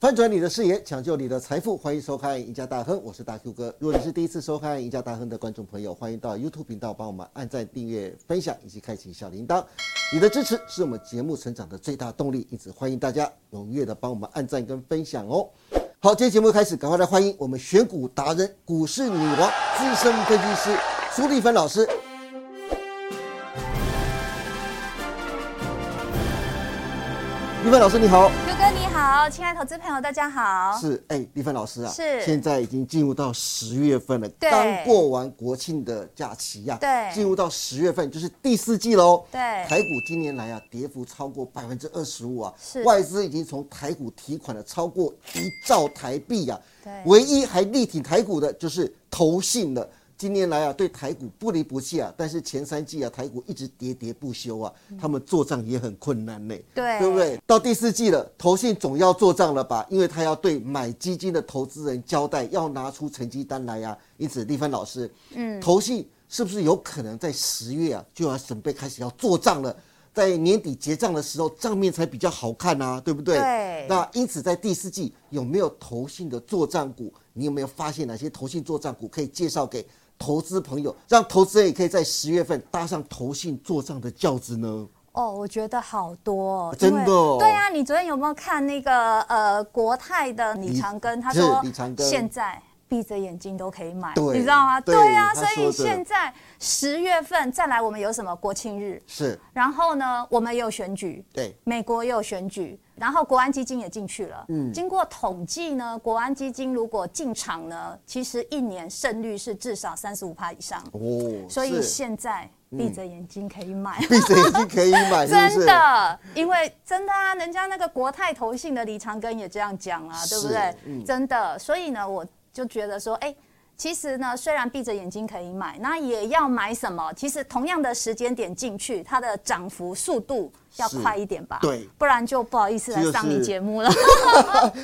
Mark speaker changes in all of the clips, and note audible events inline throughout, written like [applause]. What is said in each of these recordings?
Speaker 1: 翻转你的视野，抢救你的财富，欢迎收看《赢家大亨》，我是大 Q 哥。如果你是第一次收看《赢家大亨》的观众朋友，欢迎到 YouTube 频道帮我们按赞、订阅、分享以及开启小铃铛。你的支持是我们节目成长的最大动力，因此欢迎大家踊跃的帮我们按赞跟分享哦。好，今天节目开始，赶快来欢迎我们选股达人、股市女王、资深分析师苏丽芬老师。丽芬老师，你好。
Speaker 2: 刘哥你好，亲爱的投资朋友大家好。
Speaker 1: 是，哎、丽芬老师啊，
Speaker 2: 是
Speaker 1: 现在已经进入到十月份了，
Speaker 2: 对
Speaker 1: 刚过完国庆的假期呀、
Speaker 2: 对
Speaker 1: 进入到十月份就是第四季喽。
Speaker 2: 对
Speaker 1: 台股今年来啊，跌幅超过百分之二十五啊，
Speaker 2: 是
Speaker 1: 外资已经从台股提款了超过一兆台币呀、
Speaker 2: 对
Speaker 1: 唯一还力挺台股的就是投信了。今年来啊，对台股不离不弃啊，但是前三季啊，台股一直喋喋不休啊，
Speaker 2: 嗯
Speaker 1: 他们做账也很困难呢、
Speaker 2: 对
Speaker 1: 对不对？到第四季了，投信总要做账了吧？因为他要对买基金的投资人交代，要拿出成绩单来啊。因此，立帆老师，嗯，投信是不是有可能在十月啊就要准备开始要做账了？在年底结账的时候，账面才比较好看啊，对不对？
Speaker 2: 对
Speaker 1: 那因此，在第四季有没有投信的做账股？你有没有发现哪些投信做账股可以介绍给投资朋友，让投资人也可以在十月份搭上投信做账的轿子呢？
Speaker 2: 哦，我觉得好多、哦，
Speaker 1: 真
Speaker 2: 因为
Speaker 1: 的哦
Speaker 2: 对啊，你昨天有没有看那个呃国泰的李长庚？他
Speaker 1: 是
Speaker 2: 说
Speaker 1: 李长庚
Speaker 2: 现在闭着眼睛都可以买，
Speaker 1: 对
Speaker 2: 你知道吗？
Speaker 1: 对
Speaker 2: 对啊，
Speaker 1: 他
Speaker 2: 所以
Speaker 1: 说的
Speaker 2: 现在十月份再来，我们有什么国庆日？
Speaker 1: 是，
Speaker 2: 然后呢，我们也有选举，
Speaker 1: 对，
Speaker 2: 美国也有选举，然后国安基金也进去了。嗯，经过统计呢，国安基金如果进场呢，其实一年胜率是至少三十五趴以上，
Speaker 1: 哦，
Speaker 2: 所以
Speaker 1: 是 [laughs]
Speaker 2: 现在闭着眼睛可以买。 [laughs]
Speaker 1: 闭着眼睛可以买，是不
Speaker 2: 真
Speaker 1: 是？
Speaker 2: 的，因为真的啊，人家那个国泰投信的李长庚也这样讲啊，对不
Speaker 1: 是嗯
Speaker 2: 对？真的，所以呢，我就觉得说，哎、其实呢，虽然闭着眼睛可以买，那也要买什么？其实同样的时间点进去，它的涨幅速度要
Speaker 1: 是
Speaker 2: 快一点吧，
Speaker 1: 对
Speaker 2: 不然就不好意思来
Speaker 1: 这就是
Speaker 2: 上你节目了。 [laughs]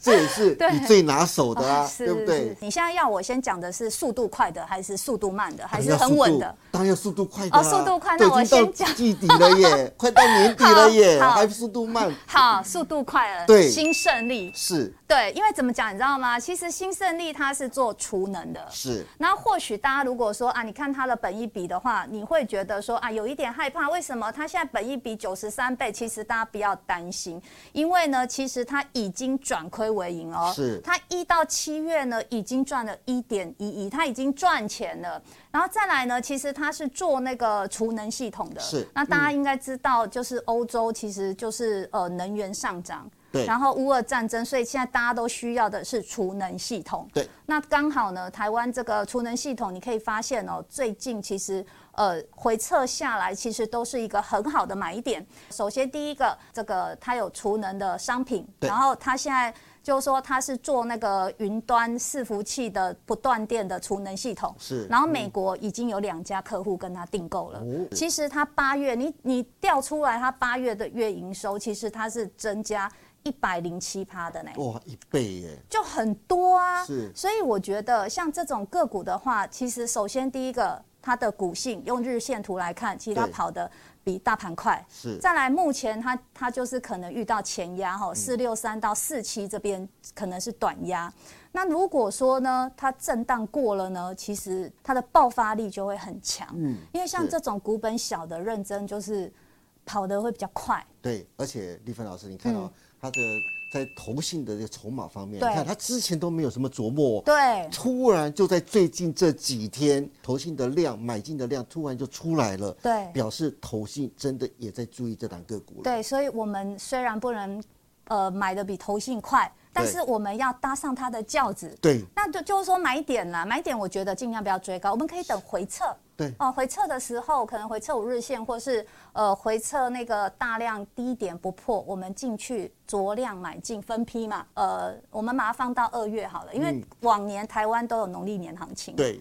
Speaker 1: 这也是
Speaker 2: 对
Speaker 1: 你最拿手的啊，
Speaker 2: [laughs] 是
Speaker 1: 对不对
Speaker 2: 是？你现在要我先讲的是速度快的，还是速度慢的，还
Speaker 1: 当然
Speaker 2: 是
Speaker 1: 要
Speaker 2: 很
Speaker 1: 速
Speaker 2: 稳
Speaker 1: 度
Speaker 2: 的？，
Speaker 1: 当然要速度快的啊
Speaker 2: 哦速度快
Speaker 1: 都已
Speaker 2: 那我
Speaker 1: 经到
Speaker 2: 先讲
Speaker 1: 季底了
Speaker 2: [laughs]
Speaker 1: 耶，快到年底了耶，
Speaker 2: 好好
Speaker 1: 还速度慢，
Speaker 2: 好，速度快了，
Speaker 1: 对
Speaker 2: 新胜利。
Speaker 1: 是
Speaker 2: 对，因为怎么讲，你知道吗？其实新胜利它是做储能的。
Speaker 1: 是，
Speaker 2: 那或许大家如果说啊，你看它的本益比的话，你会觉得说啊，有一点害怕。为什么它现在本益比九十三倍？其实大家不要担心，因为呢，其实它已经转亏为盈哦。
Speaker 1: 是
Speaker 2: 它一到七月呢，已经赚了一点一亿，它已经赚钱了。然后再来呢，其实它是做那个储能系统的。
Speaker 1: 是
Speaker 2: 那大家应该知道，就是欧洲其实就是呃能源上涨。
Speaker 1: 对
Speaker 2: 然后乌俄战争，所以现在大家都需要的是储能系统。
Speaker 1: 对，
Speaker 2: 那刚好呢，台湾这个储能系统，你可以发现哦，最近其实呃回测下来，其实都是一个很好的买点。首先第一个，这个它有储能的商品，
Speaker 1: 对
Speaker 2: 然后它现在。就是说，它是做那个云端伺服器的不断电的储能系统，
Speaker 1: 是
Speaker 2: 然后美国已经有两家客户跟它订购了。
Speaker 1: 哦
Speaker 2: 其实它八月，你你调出来它八月的月营收，其实它是增加一百零七趴的呢。
Speaker 1: 哇，一倍耶，
Speaker 2: 就很多啊。
Speaker 1: 是
Speaker 2: 所以我觉得像这种个股的话，其实首先第一个，它的股性用日线图来看，其实它
Speaker 1: 对
Speaker 2: 跑得比大盘快。
Speaker 1: 是嗯
Speaker 2: 再来，目前它它就是可能遇到前压哈，四六三到四七这边可能是短压。那如果说呢，它震荡过了呢，其实它的爆发力就会很强。嗯，因为像
Speaker 1: 是
Speaker 2: 这种股本小的，认真就是跑得会比较快。
Speaker 1: 对，而且丽芬老师，你看哦，他的在投信的这个筹码方面，
Speaker 2: 嗯对
Speaker 1: 你看他之前都没有什么琢磨哦，
Speaker 2: 对，
Speaker 1: 突然就在最近这几天，投信的量、买进的量突然就出来了，
Speaker 2: 对
Speaker 1: 表示投信真的也在注意这档个股了，
Speaker 2: 对，所以我们虽然不能呃买的比投信快，但是我们要搭上它的轿子。
Speaker 1: 对
Speaker 2: 那就就是说买点啦，买点我觉得尽量不要追高，我们可以等回撤。
Speaker 1: 对
Speaker 2: 哦、回撤的时候可能回撤五日线，或是呃回撤那个大量低点不破，我们进去酌量买进分批嘛。呃，我们把它放到二月好了，因为往年台湾都有农历年行情。
Speaker 1: 对，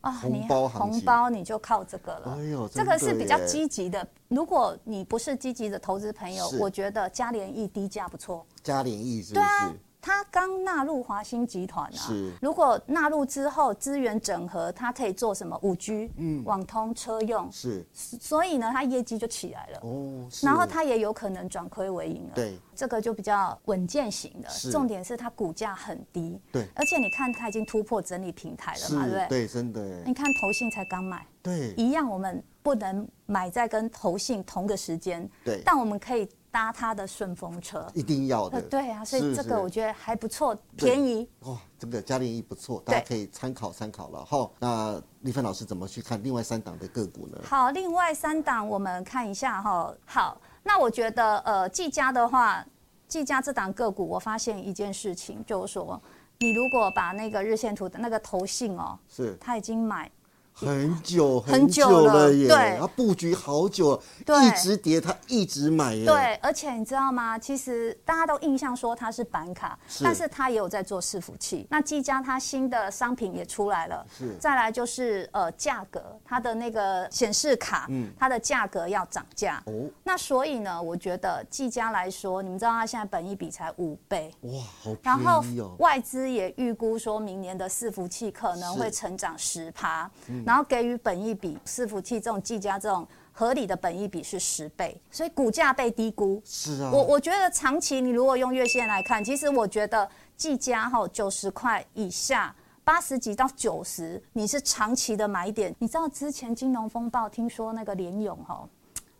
Speaker 2: 啊你
Speaker 1: 红包行
Speaker 2: 红
Speaker 1: 情
Speaker 2: 包你就靠这个了。
Speaker 1: 哎呦
Speaker 2: 这
Speaker 1: 真的
Speaker 2: 个是比较
Speaker 1: 耶
Speaker 2: 积极的。如果你不是积极的投资朋友
Speaker 1: 是，
Speaker 2: 我觉得嘉联益低价不错。
Speaker 1: 加联益是不
Speaker 2: 对啊
Speaker 1: 是？，
Speaker 2: 它刚纳入华兴集团啊
Speaker 1: 是，
Speaker 2: 如果纳入之后资源整合，它可以做什么？五 G、嗯，网通、车用，
Speaker 1: 是
Speaker 2: 所以呢，它业绩就起来了。
Speaker 1: 哦，是
Speaker 2: 然后它也有可能转亏为盈了。
Speaker 1: 对，
Speaker 2: 这个就比较稳健型的
Speaker 1: 是。
Speaker 2: 重点是它股价很低。
Speaker 1: 对
Speaker 2: 而且你看它已经突破整理平台了
Speaker 1: 是
Speaker 2: 嘛，对不对？
Speaker 1: 对，真的耶
Speaker 2: 你看投信才刚买，
Speaker 1: 对
Speaker 2: 一样我们不能买在跟投信同个时间，
Speaker 1: 对，
Speaker 2: 但我们可以搭它的顺风车。
Speaker 1: 一定要
Speaker 2: 呃
Speaker 1: 的，，
Speaker 2: 对啊，所以
Speaker 1: 是
Speaker 2: 这
Speaker 1: 是
Speaker 2: 个我觉得还不错，便宜。
Speaker 1: 哇、这个嘉联益不错，大家
Speaker 2: 对
Speaker 1: 可以参考参考了哈。那丽芬老师怎么去看另外三档的个股呢？
Speaker 2: 好，另外三档我们看一下哈。好，那我觉得呃，技嘉的话，技嘉这档个股，我发现一件事情，就是说，你如果把那个日线图的那个投信哦，
Speaker 1: 是
Speaker 2: 它已经买，
Speaker 1: 很久
Speaker 2: 很久
Speaker 1: 久
Speaker 2: 了
Speaker 1: 耶，
Speaker 2: 对
Speaker 1: 它布局好久了，
Speaker 2: 对
Speaker 1: 一直跌，它一直买耶，
Speaker 2: 对，而且你知道吗？其实大家都印象说它是板卡，
Speaker 1: 是
Speaker 2: 但是它也有在做伺服器。那技嘉它新的商品也出来了，
Speaker 1: 是
Speaker 2: 再来就是呃价格，它的那个显示卡，它的价格要涨价。
Speaker 1: 嗯哦，
Speaker 2: 那所以呢，我觉得技嘉来说，你们知道它现在本益比才五倍，
Speaker 1: 哇，好
Speaker 2: 然后
Speaker 1: 便宜哦，
Speaker 2: 外资也预估说明年的伺服器可能
Speaker 1: 是
Speaker 2: 会成长十趴，然后给予本益比，伺服器这种技嘉这种合理的本益比是十倍，所以股价被低估。
Speaker 1: 是啊，
Speaker 2: 我我觉得长期你如果用月线来看，其实我觉得技嘉哈九十块以下。八十几到九十，你是长期的买点。你知道之前金融风暴，听说那个联勇哈，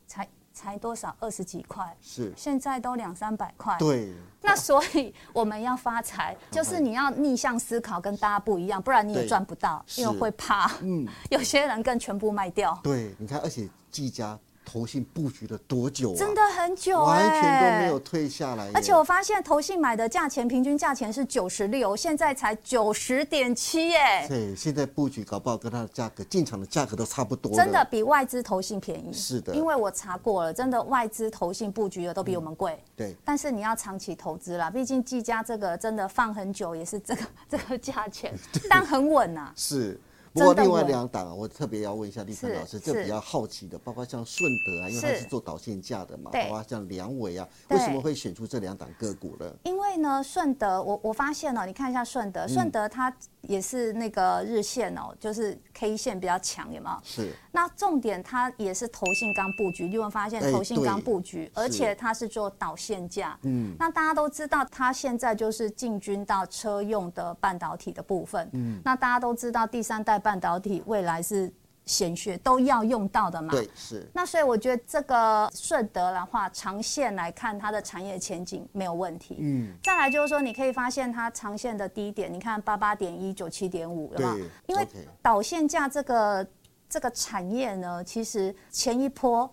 Speaker 2: 才才多少二十几块，
Speaker 1: 是
Speaker 2: 现在都两三百块。
Speaker 1: 对，
Speaker 2: 那所以我们要
Speaker 1: [laughs]
Speaker 2: 发财，就是你要逆向思考，跟大家不一样，不然你也
Speaker 1: 对
Speaker 2: 赚不到，因为
Speaker 1: 是
Speaker 2: 会怕。嗯， [laughs] 有些人更全部卖掉，
Speaker 1: 对，你看，而且技嘉投信布局了多久啊？欸
Speaker 2: 真的很久哎、
Speaker 1: 完全都没有。退下来耶，
Speaker 2: 而且我发现投信买的价钱平均价钱是九十六，现在才九十点七耶，
Speaker 1: 对，现在布局搞不好跟它的价格进场的价格都差不多了，
Speaker 2: 真的比外资投信便宜。
Speaker 1: 是的
Speaker 2: 因为我查过了，真的外资投信布局的都比我们贵。
Speaker 1: 对。
Speaker 2: 但是你要长期投资啦，毕竟技嘉这个真的放很久也是这个 [laughs] 这个价
Speaker 1: [laughs]
Speaker 2: 钱，但很稳啊呐、
Speaker 1: 是。不过
Speaker 2: 真的
Speaker 1: 另外
Speaker 2: 稳
Speaker 1: 两档啊，我特别要问一下立芬
Speaker 2: 是
Speaker 1: 老师，这
Speaker 2: 是
Speaker 1: 比较好奇的，包括像顺德啊，因为它
Speaker 2: 是
Speaker 1: 是做导线架的嘛，
Speaker 2: 对
Speaker 1: 包括像梁伟啊，为
Speaker 2: 对
Speaker 1: 什么会选出这两档个股呢？
Speaker 2: 因为呢，顺德，我我发现哦，你看一下顺
Speaker 1: 嗯
Speaker 2: 德，顺德它也是那个日线哦，就是 K 线比较强，有没有？
Speaker 1: 是
Speaker 2: 那重点它也是投信刚布局，你有没有发现
Speaker 1: 哎
Speaker 2: 投信刚布局，
Speaker 1: 对
Speaker 2: 而
Speaker 1: 是
Speaker 2: 且它是做导线架。嗯，那大家都知道，它现在就是进军到车用的半导体的部分。嗯，那大家都知道，第三代半导体未来是显学都要用到的嘛。
Speaker 1: 对，是
Speaker 2: 那所以我觉得这个顺德的话，长线来看它的产业前景没有问题。嗯，再来就是说，你可以发现它长线的低点，你看八八点一九七点五，有没有
Speaker 1: 对？
Speaker 2: 因为
Speaker 1: OK
Speaker 2: 导线架这个这个产业呢，其实前一波。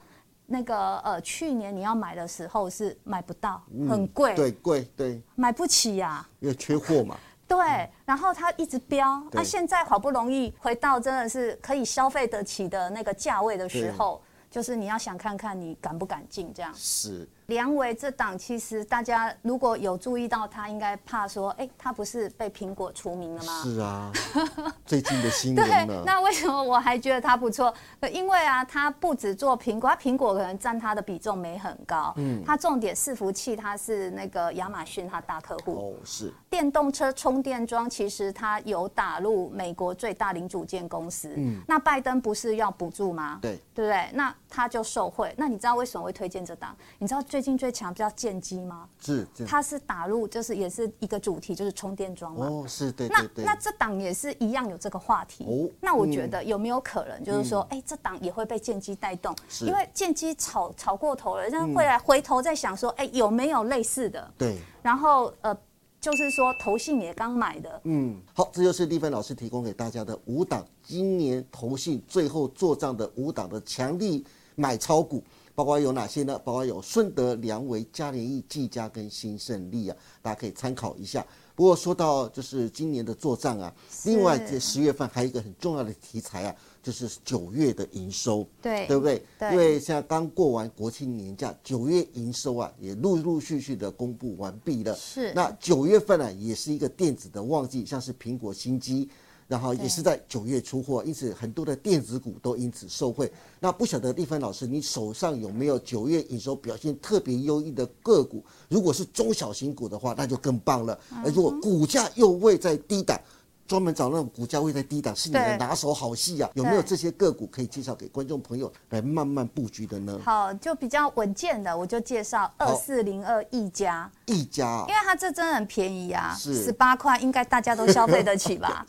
Speaker 2: 那个呃，去年你要买的时候是买不到，很贵，
Speaker 1: 嗯对贵对，
Speaker 2: 买不起呀、
Speaker 1: 因为缺货嘛，
Speaker 2: 对，然后它一直飙，那、
Speaker 1: 嗯对
Speaker 2: 现在好不容易回到真的是可以消费得起的那个价位的时候，就是你要想看看你敢不敢进这样。
Speaker 1: 是
Speaker 2: 梁维这档其实大家如果有注意到他，应该怕说，哎，他不是被苹果除名了吗？
Speaker 1: 是啊，最近的新
Speaker 2: [laughs] 对
Speaker 1: 闻，呢，
Speaker 2: 那为什么我还觉得它不错？呃因为啊，它不只做苹果，它苹果可能占它的比重没很高。嗯，它重点伺服器，它是那个亚马逊它大客户。
Speaker 1: 哦是
Speaker 2: 电动车充电桩其实它有打入美国最大零组件公司，那拜登不是要补助吗？
Speaker 1: 嗯对
Speaker 2: 对不对？那他就受贿。那你知道为什么会推荐这档？你知道最近最强叫建机吗？
Speaker 1: 是这样
Speaker 2: 它是打入就是也是一个主题，就是充电桩嘛。
Speaker 1: 哦是对
Speaker 2: 那
Speaker 1: 对对
Speaker 2: 那，这档也是一样有这个话题，
Speaker 1: 哦嗯
Speaker 2: 那我觉得有没有可能就是说，哎、这档也会被建机带动，
Speaker 1: 是嗯
Speaker 2: 因为建机炒炒过头了，但会来回头再想说，哎、有没有类似的？
Speaker 1: 对。
Speaker 2: 然后呃，就是说投信也刚买的，
Speaker 1: 嗯，好，这就是丽芬老师提供给大家的五档今年投信最后做账的五档的强力买超股，包括有哪些呢？包括有顺德、良维、嘉联益、技嘉跟新胜利啊，大家可以参考一下。不过说到就是今年的做账啊，另外这十月份还有一个很重要的题材啊，就是九月的营收。
Speaker 2: 对
Speaker 1: 对不对？
Speaker 2: 对
Speaker 1: 因为现在刚过完国庆年假，九月营收啊也陆陆续续的公布完毕了。
Speaker 2: 是
Speaker 1: 啊那九月份呢、也是一个电子的旺季，像是苹果新机。然后也是在九月出货，因此很多的电子股都因此受惠。那不晓得立芬老师，你手上有没有九月营收表现特别优异的个股？如果是中小型股的话，那就更棒了。而如果股价又位在低档，专门找那种股价位在低档是你的
Speaker 2: 对
Speaker 1: 拿手好戏啊呀、有没有
Speaker 2: 对
Speaker 1: 这些个股可以介绍给观众朋友来慢慢布局的呢？
Speaker 2: 好，就比较稳健的，我就介绍
Speaker 1: 好
Speaker 2: 二四零二一家，
Speaker 1: 一家啊
Speaker 2: 因，为它这真的很便宜啊，
Speaker 1: 是
Speaker 2: 十八块，应该大家都消费得
Speaker 1: [laughs]
Speaker 2: 起吧？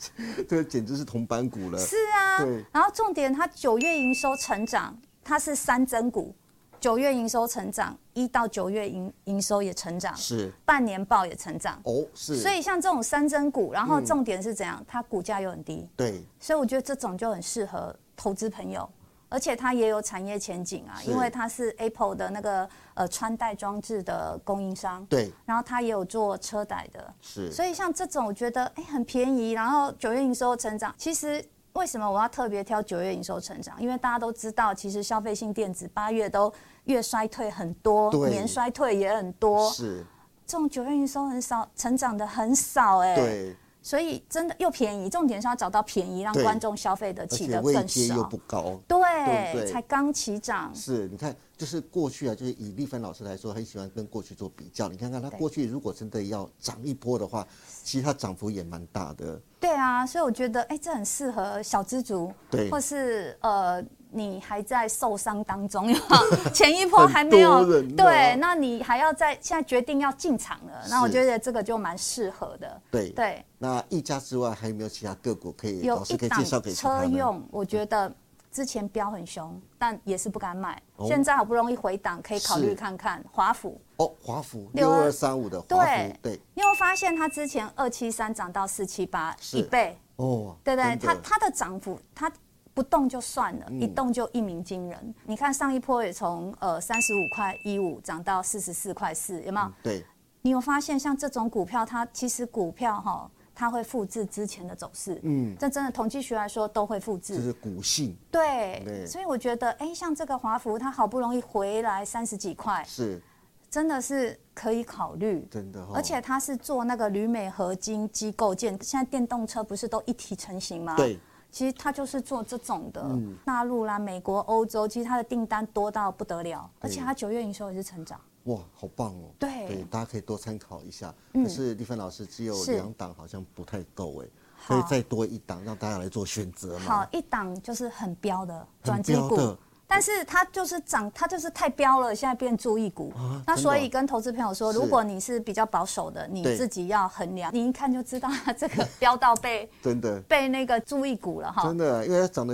Speaker 1: 这简直是铜板股了。
Speaker 2: 是啊
Speaker 1: 对，
Speaker 2: 然后重点它九月营收成长，它是三增股，九月营收成长，一到九月营营收也成长，
Speaker 1: 是
Speaker 2: 半年报也成长，
Speaker 1: 哦，是，嗯
Speaker 2: 所以像这种三增股，然后重点是怎样？它股价又很低，
Speaker 1: 对，
Speaker 2: 所以我觉得这种就很适合投资朋友，而且它也有产业前景啊，
Speaker 1: 是
Speaker 2: 因为它是 Apple 的那个呃穿戴装置的供应商，
Speaker 1: 对，
Speaker 2: 然后它也有做车载的，
Speaker 1: 是，
Speaker 2: 所以像这种我觉得哎很便宜，然后九月营收成长，其实。为什么我要特别挑九月营收成长？因为大家都知道，其实消费性电子八月都月衰退很多，
Speaker 1: 对
Speaker 2: 年衰退也很多，
Speaker 1: 是，
Speaker 2: 这种九月营收很少，成长的很少哎、
Speaker 1: 对，
Speaker 2: 所以真的又便宜，重点是要找到便宜，让
Speaker 1: 对
Speaker 2: 观众消费得
Speaker 1: 而
Speaker 2: 起
Speaker 1: 且
Speaker 2: 的
Speaker 1: 位
Speaker 2: 更
Speaker 1: 阶又
Speaker 2: 少
Speaker 1: 不。高。
Speaker 2: 对，
Speaker 1: 对不对
Speaker 2: 才刚起涨，
Speaker 1: 是，你看，就是过去啊，就是以立芬老师来说，很喜欢跟过去做比较。你看看他
Speaker 2: 对
Speaker 1: 过去如果真的要涨一波的话，其实它涨幅也蛮大的。
Speaker 2: 对啊，所以我觉得，哎、这很适合小资族，
Speaker 1: 对
Speaker 2: 或是呃，你还在受伤当中， [laughs] 有没有前一波还没有
Speaker 1: 很多人，呐
Speaker 2: 对，那你还要在现在决定要进场了，那我
Speaker 1: 是
Speaker 2: 觉得这个就蛮适合的，
Speaker 1: 对，
Speaker 2: 对，
Speaker 1: 那一家之外，还有没有其他个股可以
Speaker 2: 有
Speaker 1: 老师
Speaker 2: 一
Speaker 1: 可以
Speaker 2: 档
Speaker 1: 介绍给其他
Speaker 2: 车
Speaker 1: 呢？
Speaker 2: 用，我觉得之前飙很凶，但也是不敢买，
Speaker 1: 哦
Speaker 2: 现在好不容易回档，可以考
Speaker 1: 是
Speaker 2: 虑看看华府。
Speaker 1: 哦，华孚六
Speaker 2: 六
Speaker 1: 二
Speaker 2: 二
Speaker 1: 三五的华孚
Speaker 2: 对，
Speaker 1: 对，
Speaker 2: 你有没有发现它之前二七三涨到四七八
Speaker 1: 是
Speaker 2: 一倍，
Speaker 1: 哦，
Speaker 2: 对不对？
Speaker 1: 真的嗯
Speaker 2: 它它的涨幅它。不动就算了，一动就一鸣惊人。你看上一波也从呃三十五块一五涨到四十四块四，有没有？
Speaker 1: 对，
Speaker 2: 你有发现像这种股票，它其实股票哈，它会复制之前的走势。嗯，这真的统计学来说都会复制。
Speaker 1: 这是股性
Speaker 2: 对，
Speaker 1: 对
Speaker 2: 所以我觉得，哎，像这个华孚，它好不容易回来三十几块，
Speaker 1: 是
Speaker 2: 真的是可以考虑。
Speaker 1: 真的哦
Speaker 2: 而且它是做那个铝镁合金机构件，现在电动车不是都一体成型吗？
Speaker 1: 对，嗯
Speaker 2: 其实它就是做这种的，大陆啦、美国、欧洲，其实它的订单多到不得了，而且它九月营收也是成长。
Speaker 1: 哇，好棒哦！
Speaker 2: 对嗯
Speaker 1: 大家可以多参考一下。可是立芬老师只有
Speaker 2: 是
Speaker 1: 两档，好像不太够哎，可以
Speaker 2: 好
Speaker 1: 再多一档，让大家来做选择
Speaker 2: 好
Speaker 1: 嘛。，
Speaker 2: 一档就是很标的
Speaker 1: 很
Speaker 2: 转机
Speaker 1: 标的
Speaker 2: 股，但是它就是涨，它就是太标了，现在变注意股。
Speaker 1: 真
Speaker 2: 那
Speaker 1: 的
Speaker 2: 所
Speaker 1: 哦
Speaker 2: 以跟投资朋友说，
Speaker 1: 是
Speaker 2: 如果你是比较保守的，你
Speaker 1: 对
Speaker 2: 自己要衡量，你一看就知道它这个标到被
Speaker 1: 真的，
Speaker 2: 被那个注意股了哈
Speaker 1: 真。的，因为它长得，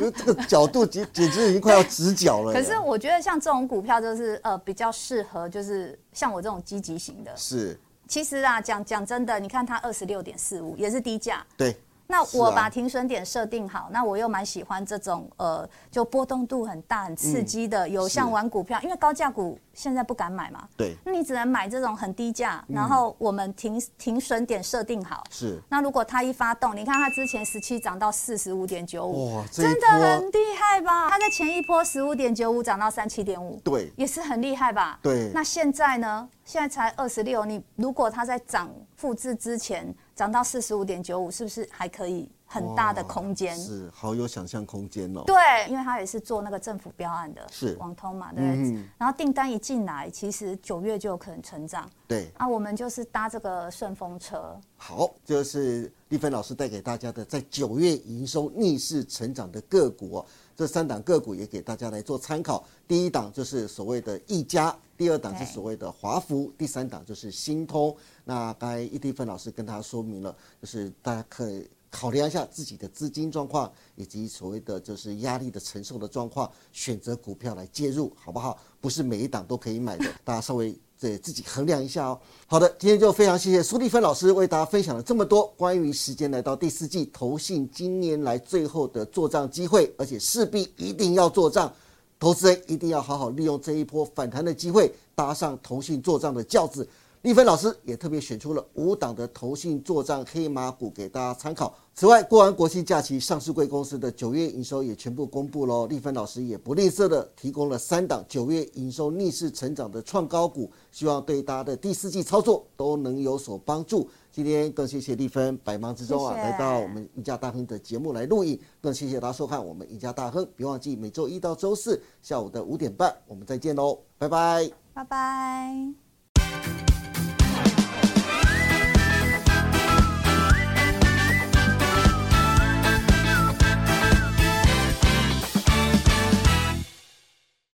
Speaker 1: 因为这个角度简简直已经快要直角了耶。
Speaker 2: 可是我觉得像这种股票就是呃比较适合就是像我这种积极型的。
Speaker 1: 是，
Speaker 2: 其实啊讲讲真的，你看它二十六点四五也是低价，
Speaker 1: 对，
Speaker 2: 那
Speaker 1: 是啊
Speaker 2: 我把停损点设定好，那我又蛮喜欢这种呃，就波动度很大、很刺激的，有像玩股票，因为高价股现在不敢买嘛，
Speaker 1: 嗯对，嗯
Speaker 2: 那你只能买这种很低价，然后我们停停损点设定好。
Speaker 1: 是。
Speaker 2: 那如果它一发动，你看它之前十七涨到四十五点九五，
Speaker 1: 哇，这一
Speaker 2: 真的很
Speaker 1: 波，
Speaker 2: 厉害吧？它在前一波十五点九五涨到三七点五，
Speaker 1: 对，
Speaker 2: 也是很厉害吧？
Speaker 1: 对
Speaker 2: 那现在呢？现在才二十六，你如果它在涨复制之前涨到四十五点九五，是不是还可以很大的
Speaker 1: 哇
Speaker 2: 空间？
Speaker 1: 是好有想象空间哦。
Speaker 2: 对，因为它也是做那个政府标案的，
Speaker 1: 是嗯
Speaker 2: 网通嘛，对不对？然后订单一进来，其实九月就有可能成长
Speaker 1: 对，
Speaker 2: 啊。我们就是搭这个顺风车，
Speaker 1: 好，这是丽芬老师带给大家的在九月营收逆势成长的个股、哦，这三档个股也给大家来做参考。第一档就是所谓的一家，第二档是
Speaker 2: 对
Speaker 1: 所谓的华孚，第三档就是新通。那刚才丽芬老师跟大家说明了，就是大家可以。考量一下自己的资金状况，以及所谓的就是压力的承受的状况，选择股票来介入，好不好？不是每一档都可以买的，大家稍微这自己衡量一下哦。好的，今天就非常谢谢苏丽芬老师为大家分享了这么多关于时间来到第四季投信今年来最后的做账机会，而且势必一定要做账。投资人一定要好好利用这一波反弹的机会，搭上投信做账的轿子，丽芬老师也特别选出了五档的投信作战黑马股给大家参考。此外，过完国庆假期，上市贵公司的九月营收也全部公布喽。丽芬老师也不吝啬的提供了三档九月营收逆势成长的创高股，希望对大家的第四季操作都能有所帮助。今天更谢谢丽芬百忙之中啊
Speaker 2: 谢谢
Speaker 1: 来到我们赢家大亨的节目来录影，更谢谢大家收看我们赢家大亨。别忘记每周一到周四下午的五点半，我们再见喽，拜拜。
Speaker 2: 拜拜。